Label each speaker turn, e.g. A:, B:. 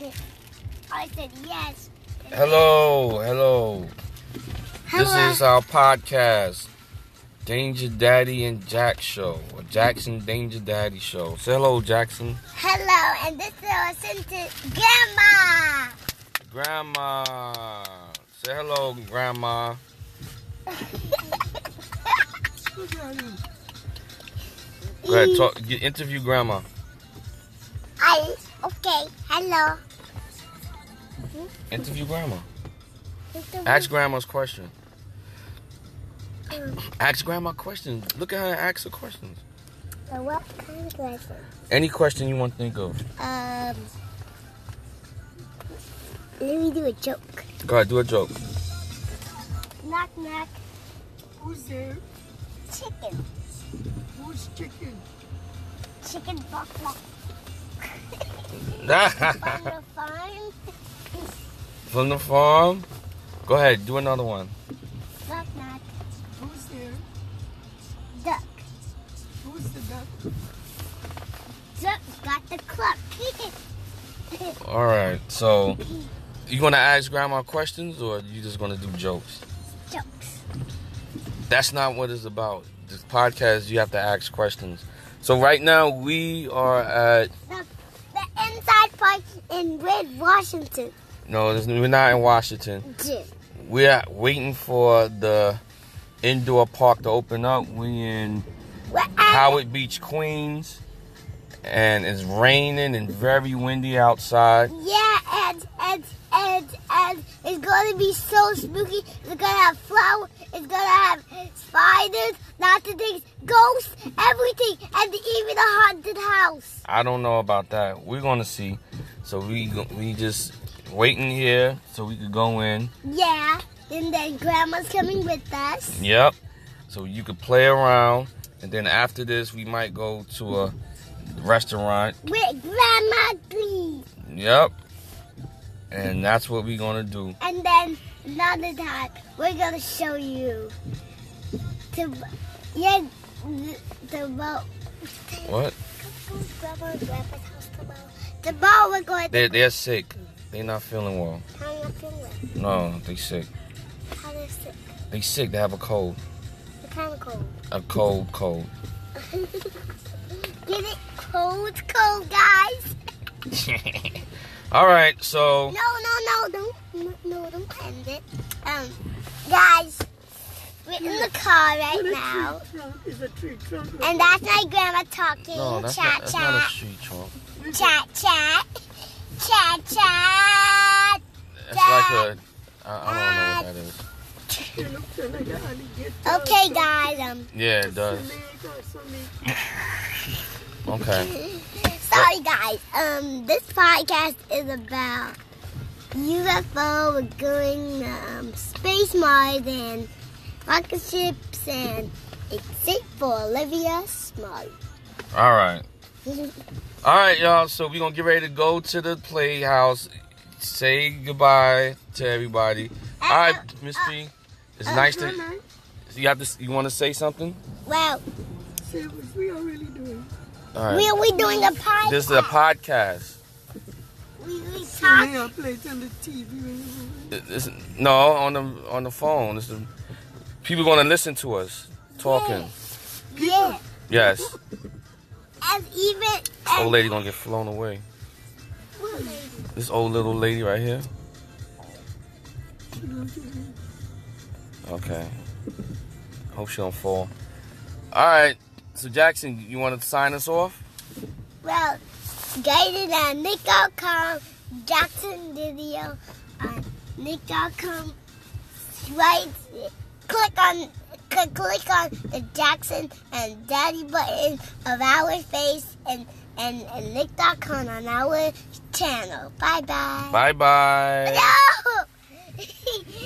A: said, I said yes. And
B: Hello, hello.
A: Hello.
B: This is our podcast, Danger Daddy and Jack Show, or Jackson Danger Daddy Show. Say hello, Jackson.
A: Hello, and this is our sentence, Grandma.
B: Grandma. Say hello, Grandma. Go ahead, talk. Get, interview Grandma.
A: I, okay, hello.
B: Interview Grandma. Ask Grandma's question. Ask Grandma questions. Look at her and ask her questions.
A: Uh, what kind of question?
B: Any question you want to think of.
A: Um, let me do a joke.
B: Go ahead, do a joke.
A: Knock, knock,
C: Who's there?
A: chicken.
C: Who's chicken?
A: Chicken bok bok. On the farm,
B: From the farm. Go ahead, do another one.
A: knock, knock,
C: Who's there?
A: duck.
C: Who's the duck?
A: Duck got the cluck.
B: All right. So, you gonna ask grandma questions, or you just gonna do jokes?
A: Jokes.
B: That's not what it's about. This podcast, you have to ask questions. So right now we are at
A: The inside part in Red Washington.
B: no, this- we're not in Washington.
A: Gym.
B: We are waiting for the indoor park to open up. We in
A: We're at
B: Howard Beach, Queens, and it's raining and very windy outside.
A: Yeah, and and and and it's gonna be so spooky. It's gonna have flower. It's gonna have spiders, lots of things, ghosts, everything, and even a haunted house.
B: I don't know about that. We're gonna see. So we we just waiting here so we could go in.
A: Yeah, and then Grandma's coming with us.
B: Yep. So you could play around, and then after this, we might go to a restaurant.
A: With Grandma Green,
B: Yep. And that's what we're gonna do.
A: and then another time we're gonna show you the yeah the, the boat.
B: What?
A: Grandma and Grandpa's house tomorrow. Tomorrow we're going to
B: They they're sick. They not feeling well.
A: hang up in with.
B: No, they sick.
A: How is it?
B: They sick. They have a cold.
A: What kind of cold?
B: A cold cold.
A: Get it cold, cold, guys.
B: All right. So
A: No, no, no, don't, no, no, don't end it. Um, guys, we're in the car right now,
C: Tree trunk is a tree trunk.
A: and that's my grandma talking.
B: no, that's
A: chat,
B: not, that's
A: chat,
B: not a street trunk.
A: chat, chat, chat, chat.
B: That's like a. I, I don't know what that is.
C: It looks like an alligator.
A: Okay, guys. Um,
B: Yeah, it
C: It's a
B: does.
C: snake or something.
B: Okay.
A: sorry, guys. Um, this podcast is about UFO. We're going um, space Mars and rocket ships, and it's it for Olivia Smart.
B: All right. All right, y'all. So we're gonna get ready to go to the playhouse. Say goodbye to everybody. All right, Miss B. It's nice
C: Good
B: to
C: night.
B: you have to. You want to say something?
A: Well,
C: See what we are really doing.
B: All
A: we
B: right.
A: are we doing a podcast?
B: This is a podcast.
A: We, we
C: See
A: talk.
C: how I play it on the TV.
B: It- it's- no, on the on the phone. This is, people gonna listen to us talking.
A: Yeah,
B: Yes.
A: and even
B: Old
A: and
B: lady gonna get flown away. This old little lady right here. Okay. Hope she don't fall. All right. So Jackson, you want to sign us off?
A: well, guided on Nick.com, Jackson Video on Nick.com. Right, click on cl- click on the Jackson and Daddy button of our face and and, and Nick.com on our channel. Bye bye.
B: Bye bye.
A: No.